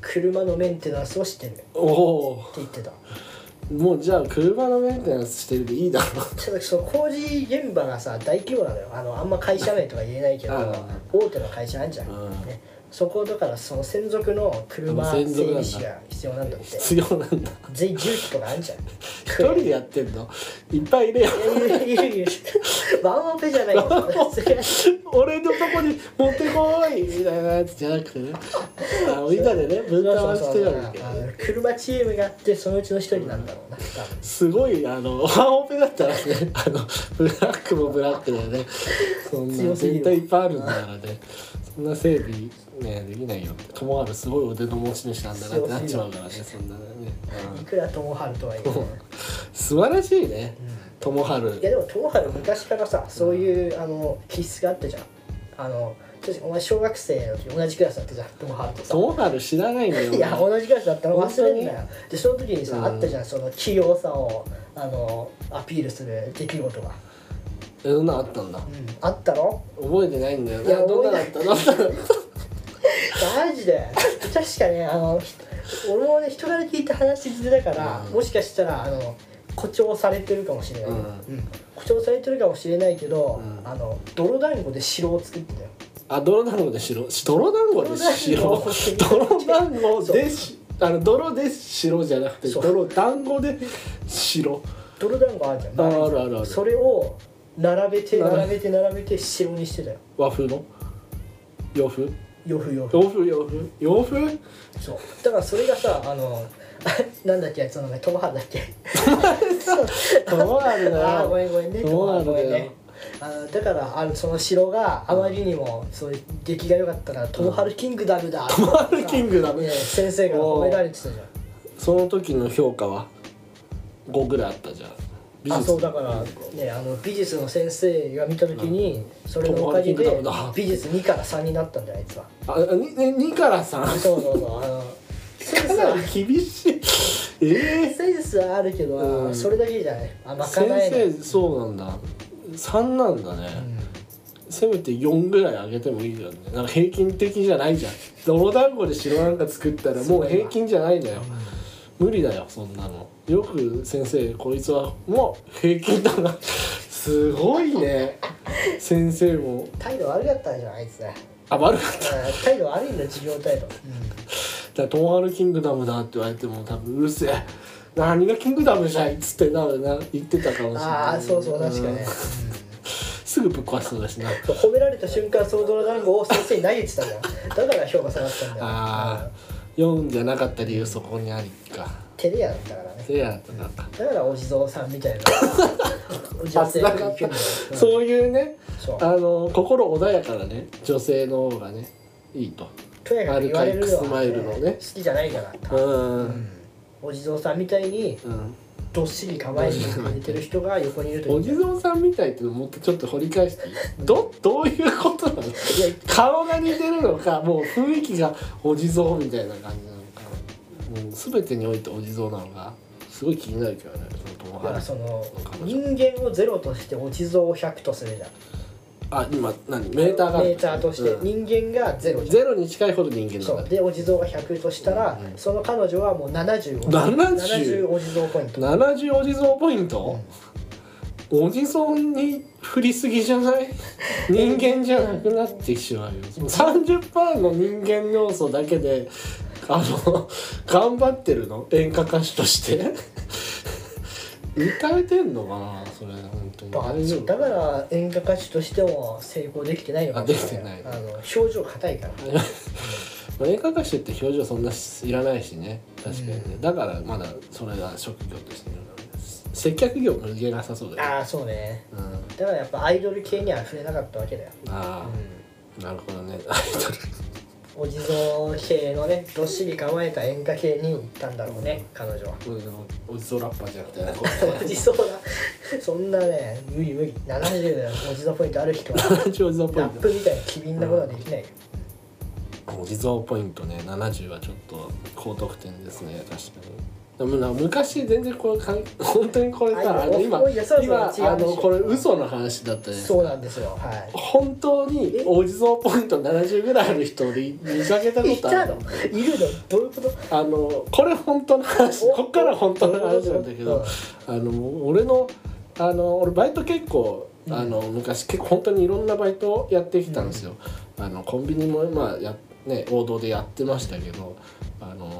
A: 車のメンテナンスをしてるって
B: おお
A: 言ってた
B: ーもうじゃあ車のメンテナンスしてるでいいだろ
A: ちょっとその工事現場がさ大規模なのよあのあんま会社名とか言えないけど
B: あ
A: 大手の会社あんじゃん、
B: うん
A: ね、そこだからその専属の車整
B: 専属な
A: 備
B: んだ
A: 士が必要なんだって
B: 必要なんだ
A: 全員重機とかあんじゃん
B: 一人でやってんのいっぱいいるよ
A: いやいやいやいやワンオペじゃないよそれ
B: 俺のとこに持ってこいみたいなやつじゃなくてねあみんなでね分
A: そう
B: 担は
A: そ
B: し
A: う
B: て
A: そう
B: るわけ
A: あの車チームがあってそのうちの一人なんだろうな多分
B: すごいあのワンオペだったらねあのブラックもブラックだよねそん
A: 強
B: な
A: すぎる
B: 絶対いっぱいあるんだからねそんな整理ねできないよって友春すごい腕の持ち主なんだなってなっちまうからねそんなね、
A: いくら友春とはいえ、
B: うん、素晴らしいね
A: う
B: 友春
A: ん、いやでも友春昔からさそういうあの気質があったじゃんあのちょっとお前小学生の時同じクラスだったじゃん友春とさ
B: 友春知らないのよ
A: いや同じクラスだったの忘れんな
B: 本
A: よでその時にさ、
B: うん
A: あったじゃんその器用さをあのアピールする出来事が、
B: えそんなのあったんだ
A: うん、あったろ
B: 覚えてないんだよ
A: いや
B: どんなだったどんなだっ
A: マジで確かねあのひ俺もね人から聞いた話ずれだから、
B: うん
A: もしかしたらあの誇張されてるかもしれない、
B: うん
A: 誇張されてるかもしれないけど、
B: うん
A: あの泥団子で城を作ってたよ
B: たあ泥団子で白泥団子で白泥
A: 泥団
B: 団
A: 子
B: 子でしあの泥で白じゃなくて
A: そう
B: 泥団子で白
A: 泥団子あるじゃん丸
B: あ
A: い
B: あるあるある
A: それを並べて
B: 並べ
A: 並べて並べて城にしてたよ
B: 和風の洋風
A: 洋風洋風
B: 洋風洋風洋風
A: そうだからそれがさあの あなんだっけそのね友春だっけ
B: 友春だ
A: ああーご
B: よ
A: めんごめんね
B: 友春だよ
A: ごめんねあのだからあのその城があまりにもそういう出来が良かったから「友春キングダムだ」友
B: 春キングダム
A: 先生から褒められてたじゃん
B: その時の評価は5ぐらいあったじゃん美
A: あ
B: 術
A: そうだから、ね、あの美術の先生が見た時にそれのおかげ
B: 友
A: で
B: 春キングダムだ
A: 美術2から3になったんだよあいつは
B: あにね2から3
A: そうそうそうあのセンス
B: か
A: は
B: なり厳しいええ
A: センスはあるけど、
B: うん
A: それだけじゃないあまか
B: 先
A: ない
B: 生そうなんだ3なんだね、せめて4ぐらい上げてもいいじゃんねなんか平均的じゃないじゃん泥団子で白なんか作ったらもう平均じゃないんだよ無理だよそんなのよく先生こいつはもう平均だなすごいね先生も
A: 態度悪かったんじゃんあいつね
B: あ悪かっ
A: うん態度悪いんだ授業態度、
B: た「トモハルキングダムだ」って言われても多分うるせえ何がキングダムじゃいっつって多分な言ってたかもしれない
A: ああそうそう確かね、
B: んすぐぶっ壊しそうだしな
A: そう褒められた瞬間その泥団子を先生に投げてたじゃんだから評価下がったんだよ
B: ああ
A: うん
B: 4じゃなかった理由そこにありか
A: 照れ屋だったからね
B: せやったなんか
A: だからお地蔵さんみたい な女性が行くんだようん
B: そういうね
A: そう
B: あの心穏やかなね女性の方がねいいと
A: とにかく言われるの
B: ア
A: は、
B: ルカイックスマイルのね
A: 好きじゃないから
B: う
A: うん
B: ん
A: お地蔵さんみたいに
B: うん
A: どっしり構えてくれてる人が横にいるといい
B: お
A: んだ
B: 地
A: よ
B: 蔵さんみたいってのもっとちょっと掘り返していいどどういうことなの
A: いや
B: 顔が似てるのかもう雰囲気がお地蔵みたいな感じなのかもう全てにおいてお地蔵なのかすごい気になるけどねその友
A: だから
B: 達
A: その
B: 彼
A: 人
B: 女
A: 間をゼロとしてお地蔵を100とするじゃん
B: あ今何メーターがある
A: メーターとして
B: うん
A: 人間がゼロじゃん
B: ゼロに近いほど人間
A: そ
B: なん
A: う
B: だね
A: でお地蔵が100としたら、
B: うん
A: その彼女はもう75
B: 70
A: 70お地蔵ポイント
B: 70お地蔵ポイント、お地蔵に振りすぎじゃない人間じゃなくなってしまうよその30%の人間要素だけであの頑張ってるの演歌歌手として歌えてんのかなそれ本当に
A: バカ
B: 大丈夫
A: だから演歌歌手としても成功できてないのかもしれ
B: あできて
A: あ
B: ない
A: の表情硬いから
B: まあ演歌歌手って表情そんないらないしね確かにね、だからまだそれが職業としているのね接客業も抜けなさそうだよね
A: ああそうね
B: うん
A: だからやっぱアイドル系には触れなかったわけだよ、う
B: あ
A: ん、
B: あなるほどねアイドル
A: お地蔵系のねどっしり構えた演歌系に行ったんだろうね彼女は
B: おじそうラッパーじゃなくて
A: お地蔵だそんなね無理無理70だよお地蔵ポイントある人 は
B: 70お地蔵ポイ
A: ラ
B: ン
A: ップみたいな機敏なことはできないよ、
B: トお地蔵ポイントね70はちょっと高得点ですね確かにでもな昔全然これかん 本当にこれさ
A: あ
B: あ
A: いや
B: の今
A: いやそうそう違うでしょ
B: 今あのこれ嘘の話だったね
A: そうなんですよはい
B: 本当にお地蔵ポイント70ぐらいある人を見見かけたこ
A: い
B: と
A: た
B: あ
A: の
B: る
A: いるのどういうこと
B: あのこれ本当の話
A: お
B: こっから本当の話なんだけ
A: うん
B: どあの俺のあの俺バイト結構あの昔結構本当にいろんなバイトをやってきたんですよ。あのコンビニもまあやね王道でやってましたけどあの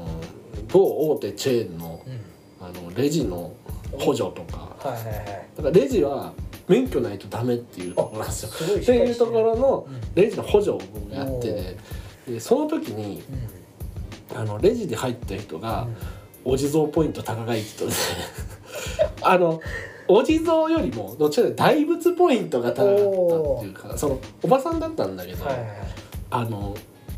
B: 某大手チェーンの
A: うん
B: あのレジの補助とか
A: はいはいはい
B: だからレジは免許ないとダメっていうところなんですよ。
A: すごい
B: っていうところの
A: うん
B: レジの補助をやってて、でその時に
A: うん
B: あのレジで入った人が。お地蔵ポイント高い人で あのお地蔵よりもどっちらかというと大仏ポイントが高かったっていうかそのおばさんだったんだけど、
A: はいはいはい
B: あの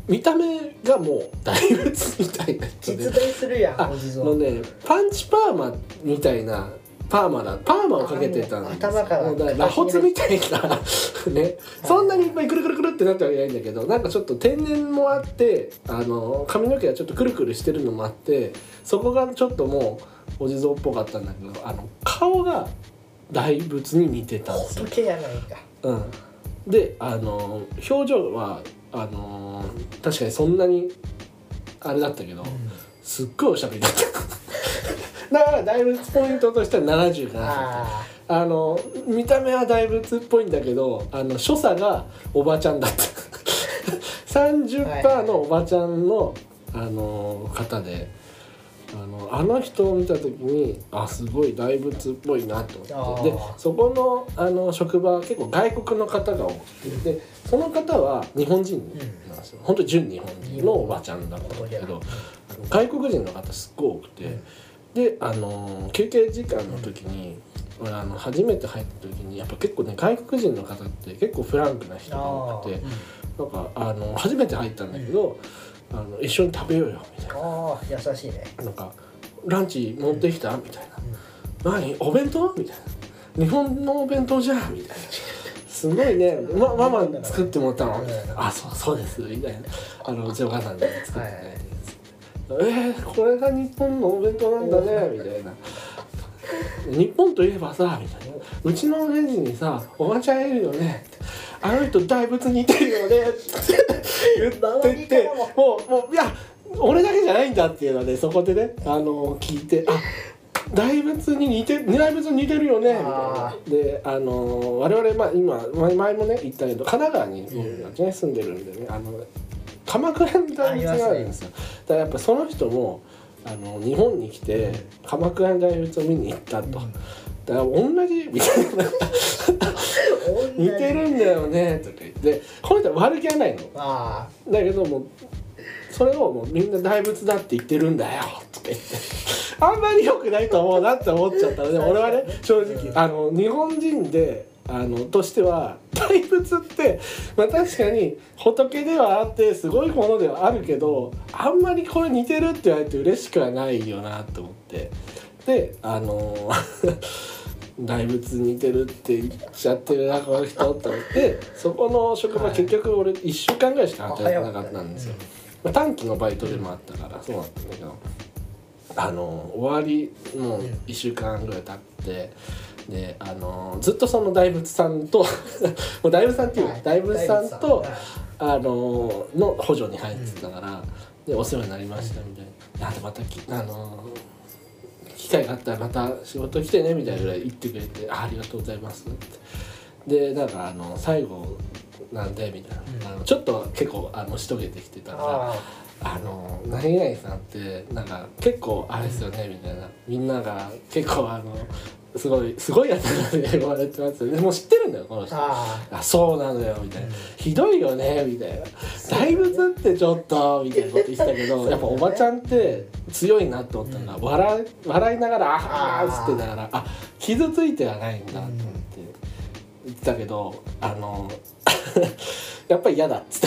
B: 見た目がもう大仏みたいな人で
A: 実在するや
B: あ
A: んお地蔵
B: のねパンチパーマみたいなパーマだパーマをかけてたんですよ
A: 頭から
B: もうだら螺髪みたいな ねそんなにいっぱいくるくるくるってなったわけじゃないんだけどなんかちょっと天然もあってあの髪の毛がちょっとくるくるしてるのもあってそこがちょっともうお地蔵っぽかったんだけどあの顔が大仏に似てたんですよ。
A: 仏やないか
B: うん、であの表情はあの確かにそんなにあれだったけど。すっごいおしゃべりだった だから大仏ポイントとしては70かな
A: あ
B: あの見た目は大仏っぽいんだけどあの所作がおばちゃんだった 30%のおばちゃんのあの方であのあの人を見た時にあすごい大仏っぽいなと思って
A: あ
B: で
A: ー
B: そこのあの職場は結構外国の方が多くてでその方は日本人なんですよ、本当に純日本人のおばちゃんだったんだけどあの外国人の方すっごい多くて、
A: うん
B: であの休憩時間の時に、俺あの初めて入った時にやっぱ結構ね外国人の方って結構フランクな人
A: あ
B: が多
A: あ
B: く
A: ー
B: て
A: うん
B: なんかあの初めて入ったんだけど、あの一緒に食べようよみたいな。
A: あー優しいね
B: なんか「ランチ持ってきた?」みたいな「何お弁当?」みたいな「日本のお弁当じゃん」みたいな。すごいね、ま、ママ作ってもらった
A: う
B: の
A: ん
B: 「あそうそうです」みたいな「あのうちお母さんに作ってね」えー、これが日本のお弁当なんだね」みたいな「日本といえばさ」みたいな「うちのレジにさおばちゃんいるよね」あの人大仏似てるよね」言っててもうもういや俺だけじゃないんだっていうのでそこでねあの聞いてあ大仏に似て大仏に似てるよねみたいな
A: あ
B: であの我々まあ今前前もね言ったけど神奈川に
A: ん
B: 僕たちね住んでるんでねあの鎌倉に大仏があるんですよ。だからやっぱその人もあの日本に来て鎌倉に大仏を見に行ったと。
A: うん
B: だから同じみたいな似てるんだよねとか言ってこの人は悪気はないの
A: あ
B: だけどもうそれをもうみんな大仏だって言ってるんだよとか言ってあんまり良くないと思うなって思っちゃったので俺はね正直あの日本人であのとしては大仏って、まあ、確かに仏ではあってすごいものではあるけどあんまりこれ似てるって言われて嬉しくはないよなと思ってであの 大仏似てるって言っちゃってるなこの人と思ってそこの職場結局俺1週間ぐらいしか
A: あ
B: 働いてなかったんですよ。まあ、短期のバイトでもあったからそうだったんだけどあの終わりもう
A: うん
B: 1週間ぐらい経ってであのずっとその大仏さんと もう大仏さんっていうの大仏さんと、あのの補助に入ってたから、でお世話になりましたみたいな「なんでまたきあの機会があったらまた仕事来てね」みたいなぐらい言ってくれて「あありがとうございます」ってでなんかあの最後なんでみたいな、
A: うん
B: あのちょっと結構あのしとげてきてたから
A: あ
B: あの何々さんってなんか結構あれですよねみたいなみんなが結構あのすごいすごいやつなんで言われてますよねもう知ってるんだよこの
A: ー
B: 人。
A: あ
B: あそうなのよみたいな、
A: うん
B: ひどいよねみたいな大仏ってちょっとみたいなこと言ってたけど、
A: そうだね
B: やっぱおばちゃんって強いなと思ったのが、
A: うん
B: 笑い笑いながら「あ
A: あ
B: は
A: ー
B: ーっつってながらあ傷ついてはないんだと思って
A: うん
B: 言ってたけどあの やっぱり嫌だっつって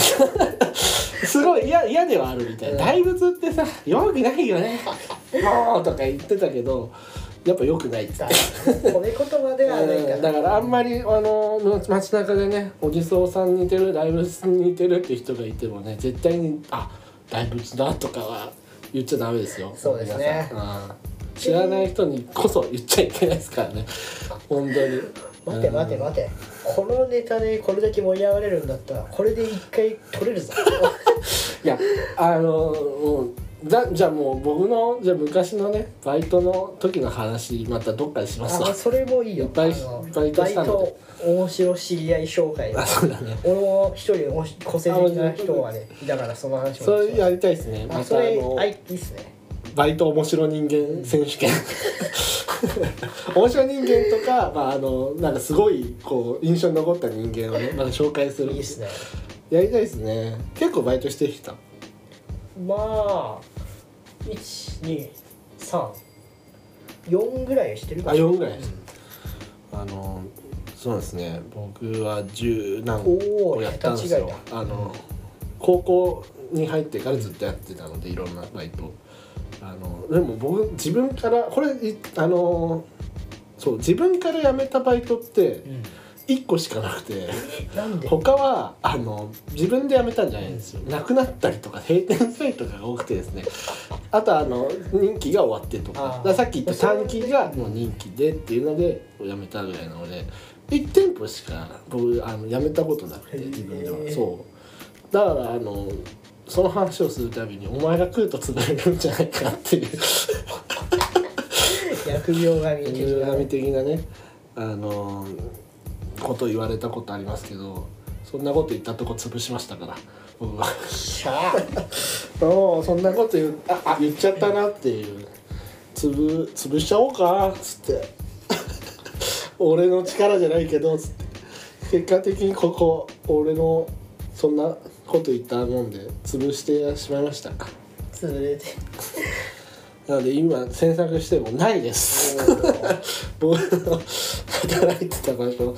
B: すごい嫌嫌ではあるみたいな、
A: うん
B: 大仏ってさ弱くないよね もうとか言ってたけどやっぱ良くないっつって
A: あ褒め言葉ではないか
B: うんだからあんまりあの街中でねお地蔵さん似てる大仏に似てるって人がいてもね絶対に「あ大仏だ」とかは言っちゃダメですよ
A: そうですね
B: 皆さんうん知らない人にこそ言っちゃいけないですからね本当に
A: 待て待て
B: うん
A: 待てこのネタでこれだけ盛り上がれるんだったらこれで一回取れる ぞ
B: いやあのもうだじゃあもう僕のじゃあ昔のねバイトの時の話またどっかでしますわ
A: あそれもいいよ
B: いっぱい
A: あの
B: バイトしたので
A: バイト面白知り合い紹介
B: あ そうだね
A: 俺も一人おし個性的な人はねだからその話も
B: それやりたいですね
A: あ
B: ま
A: そ
B: たあ
A: れ
B: の
A: あいいっすね
B: バイト面白人間選手 権面白人間とか、まあ、あのなんかすごいこう印象に残った人間をねまた紹介す
A: い
B: る
A: いっすね
B: やりたいですね結構バイトしてきた
A: まあ1234ぐらいしてるか
B: あ
A: な
B: 4ぐらい、あのそうですね僕は十何
A: おー
B: 個やったんですよ
A: 桁違い
B: あの高校に入ってからずっとやってたのでいろんなバイトあのでも僕自分からこれいあのそう自分から辞めたバイトって1個しかなくて
A: なんで
B: 他はあの自分で辞めたんじゃないんですよなくなったりとか閉店したりとかが多くてですねあとあの任期が終わってとか
A: あー
B: だからさっき言った短期がもう任期でっていうので辞めたぐらいなので1店舗しか僕あの辞めたことなくて
A: へー
B: 自分ではそうだからあのその話をするたびにお前が食うと潰れるんじゃないかっていう
A: 疫病神的
B: 犬
A: な
B: 神的なねあのーこと言われたことありますけどそんなこと言ったとこ潰しましたから僕は
A: しゃあ
B: もうそんなこと言うああ言っちゃったなっていう潰潰しちゃおうかっつって俺の力じゃないけどつって結果的にここ俺のそんなこと言ったもんで潰してしまいました
A: 潰れて
B: なので今詮索してもないです僕の働いてた場所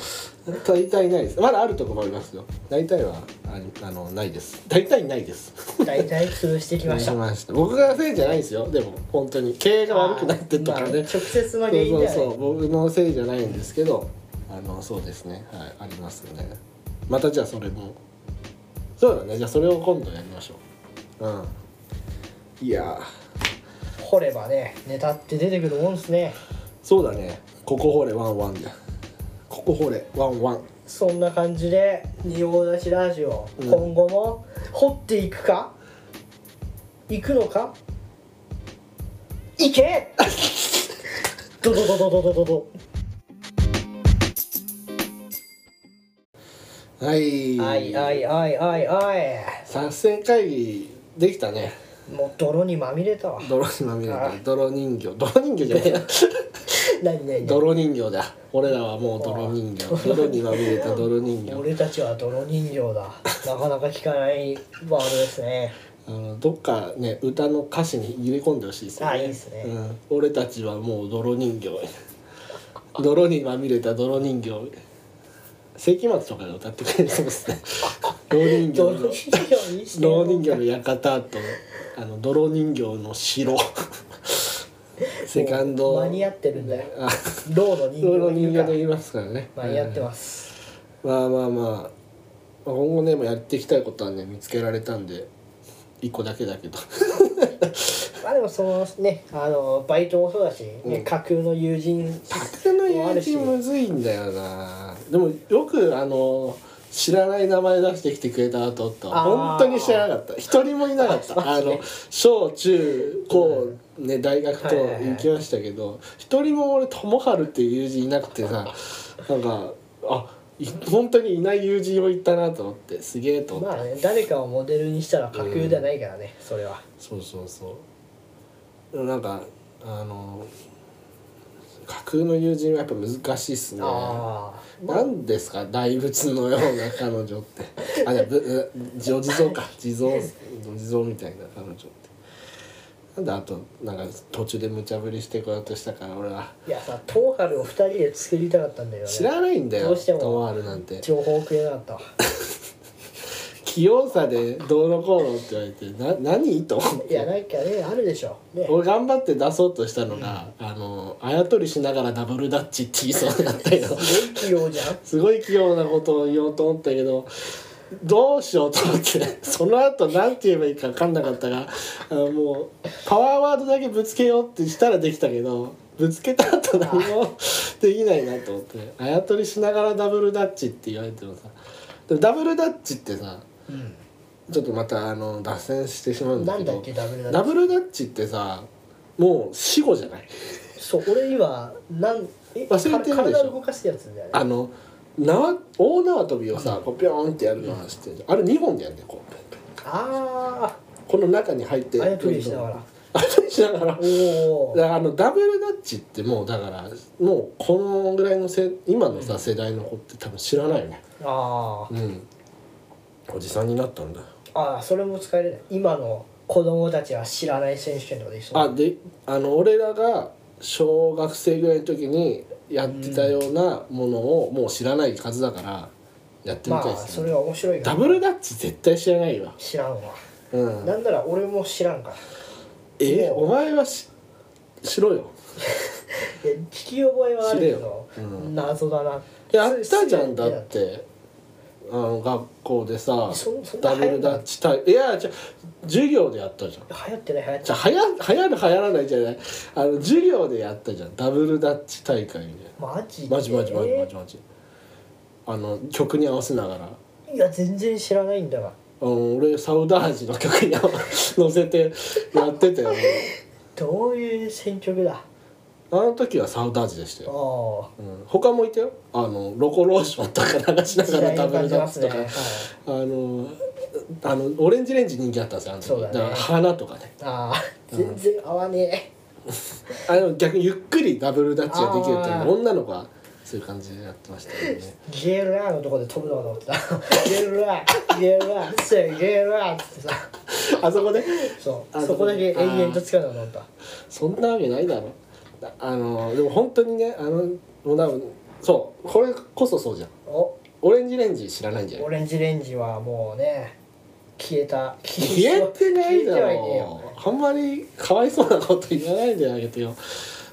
B: 大体ないですまだあるとこもありますよ大体はああのないです大体ないです
A: 大体潰してきました
B: 潰しました僕がせいじゃないですよでも本当に経営が悪くなってとか
A: まあ
B: ね、
A: 直接の
B: そう
A: 原因
B: そ
A: で
B: う
A: は
B: そ
A: な
B: う僕のせいじゃないんですけどあのそうですねはいありますよねまたじゃあそれもそうだねじゃあそれを今度やりましょううんいやー
A: い掘ればねネタって出てくるもんですね
B: そうだねここ掘れワンワンでここ掘れワンワン
A: そんな感じで「仁王出しラジオ」
B: うん
A: 今後も掘っていくか行くのか行 けドドドドドドドド
B: はい
A: あいあいあいあいあい
B: 作戦会議できたね
A: もう泥にまみれたわ
B: 泥にまみれた
A: あ
B: 泥人形泥人形じゃねえや
A: 何何何
B: 泥人形だ俺らはもう泥人形泥にまみれた泥人形
A: 俺たちは泥人形だなかなか聞かないワードですね
B: あのどっかね歌の歌詞に入れ込んでほしいですよね
A: あいいですね
B: うん、俺たちはもう泥人形泥にまみれた泥人形世紀末とかで歌ってくれそうですね泥人形
A: 泥
B: の
A: 人形にして
B: 泥人形の館とあの泥人形の城 セカンド
A: 間に合ってるんだよ
B: あ
A: ローの人形
B: 泥人形
A: が
B: と言
A: いる
B: いますからね
A: から間に合ってます
B: まあまあまあまあ今後ねもうやっていきたいことはね見つけられたんで一個だけだけど
A: まあでもそのねあのバイトもそうだし、ね
B: うん
A: 架空の友人
B: 宅の友人むずいんだよなでもよくあの知らない名前出してきてくれたなと思った
A: あー
B: 本当に知らなかった一人もいな かったあの小中高ね大学と
A: はいはいはい
B: 行きましたけど一人も俺友春っていう友人いなくてさなんかあい本当にいない友人を言ったなと思ってすげえと思って
A: まあね誰かをモデルにしたら架空じゃないからね、それは
B: そうそうそうなんかあの架空の友人はやっぱ難しいっすね
A: あ
B: なんですか大仏のような彼女ってあじゃあぶ地蔵地蔵か地蔵地蔵みたいな彼女ってなんであとなんか途中で無茶ぶりしてこようとしたから俺はい
A: やさトーハルを2人で作りたかったんだよね
B: 知らないんだよ
A: どうしても
B: ともあるなんて
A: 情報くれなかったわ
B: 器用さでどうのこうのって言われてな何と思って
A: いやなんかねあるでしょね
B: 俺頑張って出そうとしたのが、あのあやとりしながらダブルダッチって言いそうになった けど
A: すごい器用じゃん
B: すごい器用なことを言おうと思ったけどどうしようと思って その後なんて言えばいいか分かんなかったがあのもうパワーワードだけぶつけようってしたらできたけどぶつけた後何もできないなと思ってあやとりしながらダブルダッチって言われてもさでもダブルダッチってさちょっとまたあの脱線してしまうんだ
A: な
B: け
A: ん
B: ど
A: だっけダブルダ
B: ダ
A: ッ
B: ブルダッチってさもう死後じゃない
A: チそう俺今なんえ
B: 忘れてるでしょ
A: か体を動かすやつだよね
B: あの縄大縄跳びをさこうピョーンってやるのは知ってるじゃんあれ2本でやるねこう
A: あ
B: この中に入って
A: ああやとりしながら
B: あやとりしながら
A: おお
B: だからあのダブルダッチってもうだからもうこのぐらいのせ今のさ世代の子って多分知らないよね
A: あー
B: うんおじさんになったんだよ
A: あーそれも使えるね今の子供たちは知らない選手権とかできそう
B: あであの俺らが小学生ぐらいの時にやってたようなものをもう知らない数だから、やってみ
A: ま
B: たい
A: あ
B: です
A: そ
B: ね、
A: れは面白いか
B: ダ
A: ら
B: ブルダッチ絶対知らないわ
A: 知らんわ
B: うん
A: なんなら俺も知らん から
B: えお前はししろよ
A: いや聞き覚えはあるけど、
B: 知れようん
A: 謎だな
B: やったじゃんだ
A: すぐ
B: っ
A: 好き
B: てあの学校でさ
A: そそんな
B: ダ
A: 流行んな
B: ブ
A: い
B: ルダッチ対いやじゃ授業でやったじゃん
A: 流行ってない流行って
B: じゃ
A: ない
B: は や流行る流行らないじゃないあの授業でやったじゃんダブルダッチ大会みたいな
A: マジで
B: マジマジマジマジマジあの曲に合わせながら
A: いや全然知らないんだが
B: あの俺サウダージの曲に合わ 乗せてやってたよね
A: どういう選曲だあ
B: あの時はサウダージでしたよ、
A: あ
B: うん、他もいたよあのロコローションとか流しながらダブルダッチとか、
A: はい、
B: あのあのオレンジレンジ人気あったんですよあの時
A: そうだね
B: から花とかね
A: ああ全然合わね
B: あの逆にゆっくりダブルダッチができるっていうの
A: あ
B: は
A: ー
B: 女の子はそういう感じでやってましたよ ね
A: えゲーラーのとこで飛ぶのかと思ってたゲーラーゲーラーせーゲーラーっつってさ
B: あそこで
A: そう
B: あ
A: そこだけ
B: そう
A: 延々と使うのかと思った
B: そんなわけないだろああのでも本当にねあのもう多分そうこれこそそうじゃん
A: お
B: オレンジレンジ知らないんじゃない
A: オレンジレンジはもうね消えた
B: 消えてないだ
A: 消えてはいねえよ
B: ろあんまりかわいそうなこと言わないであげてよ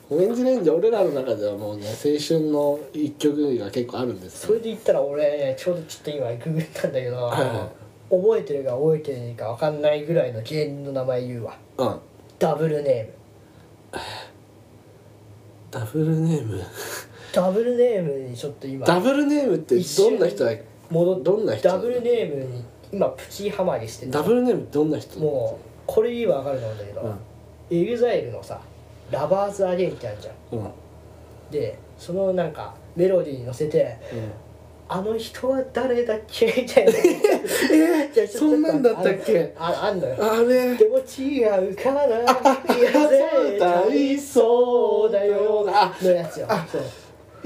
B: オレンジレンジ俺らの中ではもうね青春の一曲が結構あるんです
A: そ
B: よ
A: れで言ったら俺、ちょうどちょっと今ググったんだけど、
B: はいは
A: 覚えてるか覚えてないか分かんないぐらいの芸人の名前言うわ
B: うん
A: ダブルネーム
B: ダブルネーム
A: ダブルネームにちょっと今
B: ダブルネームってどんな人だっけ
A: 戻っ
B: どんな人
A: ダブルネームに今プチハマりしてて
B: ダブルネームどんな人
A: もうこれ言えば分かると思うんだけど、
B: うん
A: エグザイルのさ「ラバーズ・アゲイン」ってあるじゃん
B: うんうん
A: でそのなんかメロディーに乗せて「あの人は誰だっけ?」 みたいな
B: え
A: いや
B: ー、
A: ちょ
B: そんなんだったっけ
A: ああんのよ
B: あれ
A: でも違うからいや絶対そうだよのやつよそう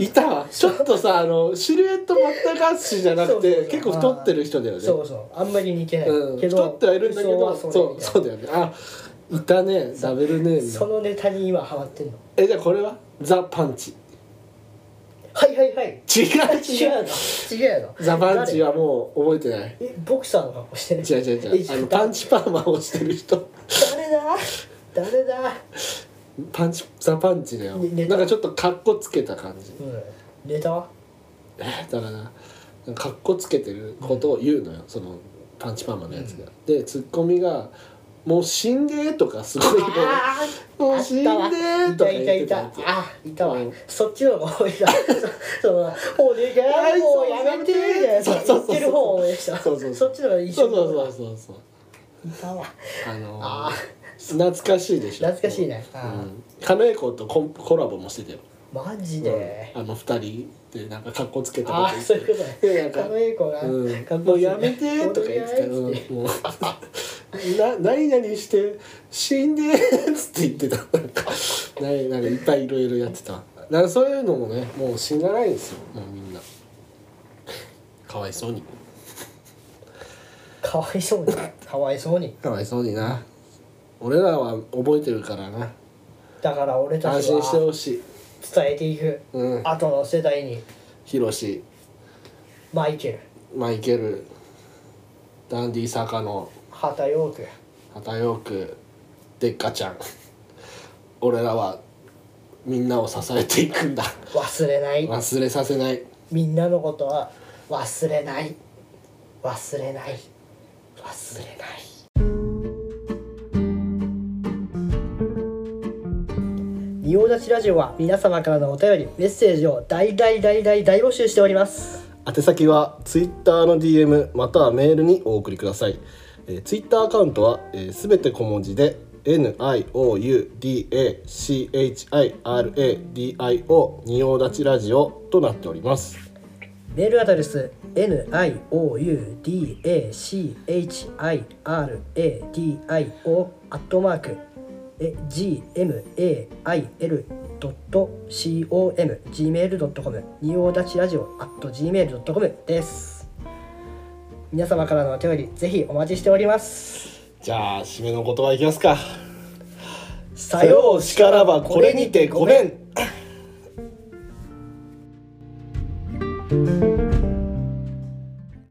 B: いたわちょっとさあのシルエット全く淳じゃなく
A: そうそう
B: て
A: そう
B: 結構太ってる人だよね
A: そうそうあんまり似てない
B: うん、
A: けど
B: 太ってはいるんだけど
A: 服装
B: そ
A: は
B: う
A: そ
B: そううだよねあいたねダブルネ
A: みたいなそ
B: ーム
A: のネタに今ハマってんの
B: えじゃあこれはザ・パンチ
A: はいはいはい
B: 違う
A: 違
B: 違
A: う
B: う
A: の違うの
B: ザ・パンチはもう覚えてない
A: 誰えボクサーの格好してる
B: 違う違う違うあのパンチパーマをしてる人
A: 誰だ誰だ
B: パンチザ・パンチだよ
A: ねネタ
B: なんかちょっとカッコつけた感じ
A: うんネタは
B: えだからかっこつけてることを言うのよ、そのパンチパーマのやつが、でツッコミが「もう死んでー」とかすごいね
A: あ
B: 「もう死んでー」とか言
A: い
B: ったて
A: いた
B: た
A: いたあいたわ
B: うん
A: そっちの方 が多いなそのお願いもうやめてみたいな
B: そう
A: 言
B: そう
A: っ
B: そう
A: てる方を応援した
B: そうそう
A: そっちの方が一緒
B: そうそうそうそうそう
A: いたわ
B: あのー
A: あ
B: 懐かしいでしょ
A: 懐かしいね
B: う
A: あ
B: ん狩野英孝とコンコラボもしてたよ、
A: マジで
B: あの二人でなんかかっこつけた
A: あ
B: こと
A: あ
B: 言
A: そういうこと
B: でな
A: ね
B: んか
A: 狩野英孝が
B: うん
A: かっ
B: も
A: こ
B: う
A: いいね
B: やめてとか言ってたよ、
A: お
B: う
A: 願いっつ
B: ん、もう な何々して死んでっつって言ってたなんか何なんかいっぱいいろいろやってただからそういうのもねもう死なないんですよもうみんなかわいそうに
A: かわいそうにかわいそうに
B: かわいそうにな俺らは覚えてるからな
A: だから俺た
B: 安
A: ち
B: 心して
A: は
B: ほしい
A: 伝えていく
B: うん
A: 後の世代に
B: ヒロシ
A: マイケル
B: マイケルダンディ坂野
A: 畑陽区
B: 畑陽区でっかちゃん俺らはみんなを支えていくんだ
A: 忘れない
B: 忘れさせない
A: みんなのことは忘れない忘れない忘れない仁王立ちラジオは皆様からのお便りメッセージを大大大大大募集しております
B: 宛先は Twitter の DM またはメールにお送りください、えー、Twitter アカウントはすべ、全て小文字で NIOUDACHIRADIO 仁王立ちラジオとなっております
A: メールアドレス NIOUDACHIRADIO アットマーク gmail.com gmail.com におだちラジオ at gmail.com です皆様からのお便りぜひお待ちしております
B: じゃあ締めの言葉いきますか
A: さ
B: さ
A: よ
B: よ
A: う
B: うしからばこれにてごめん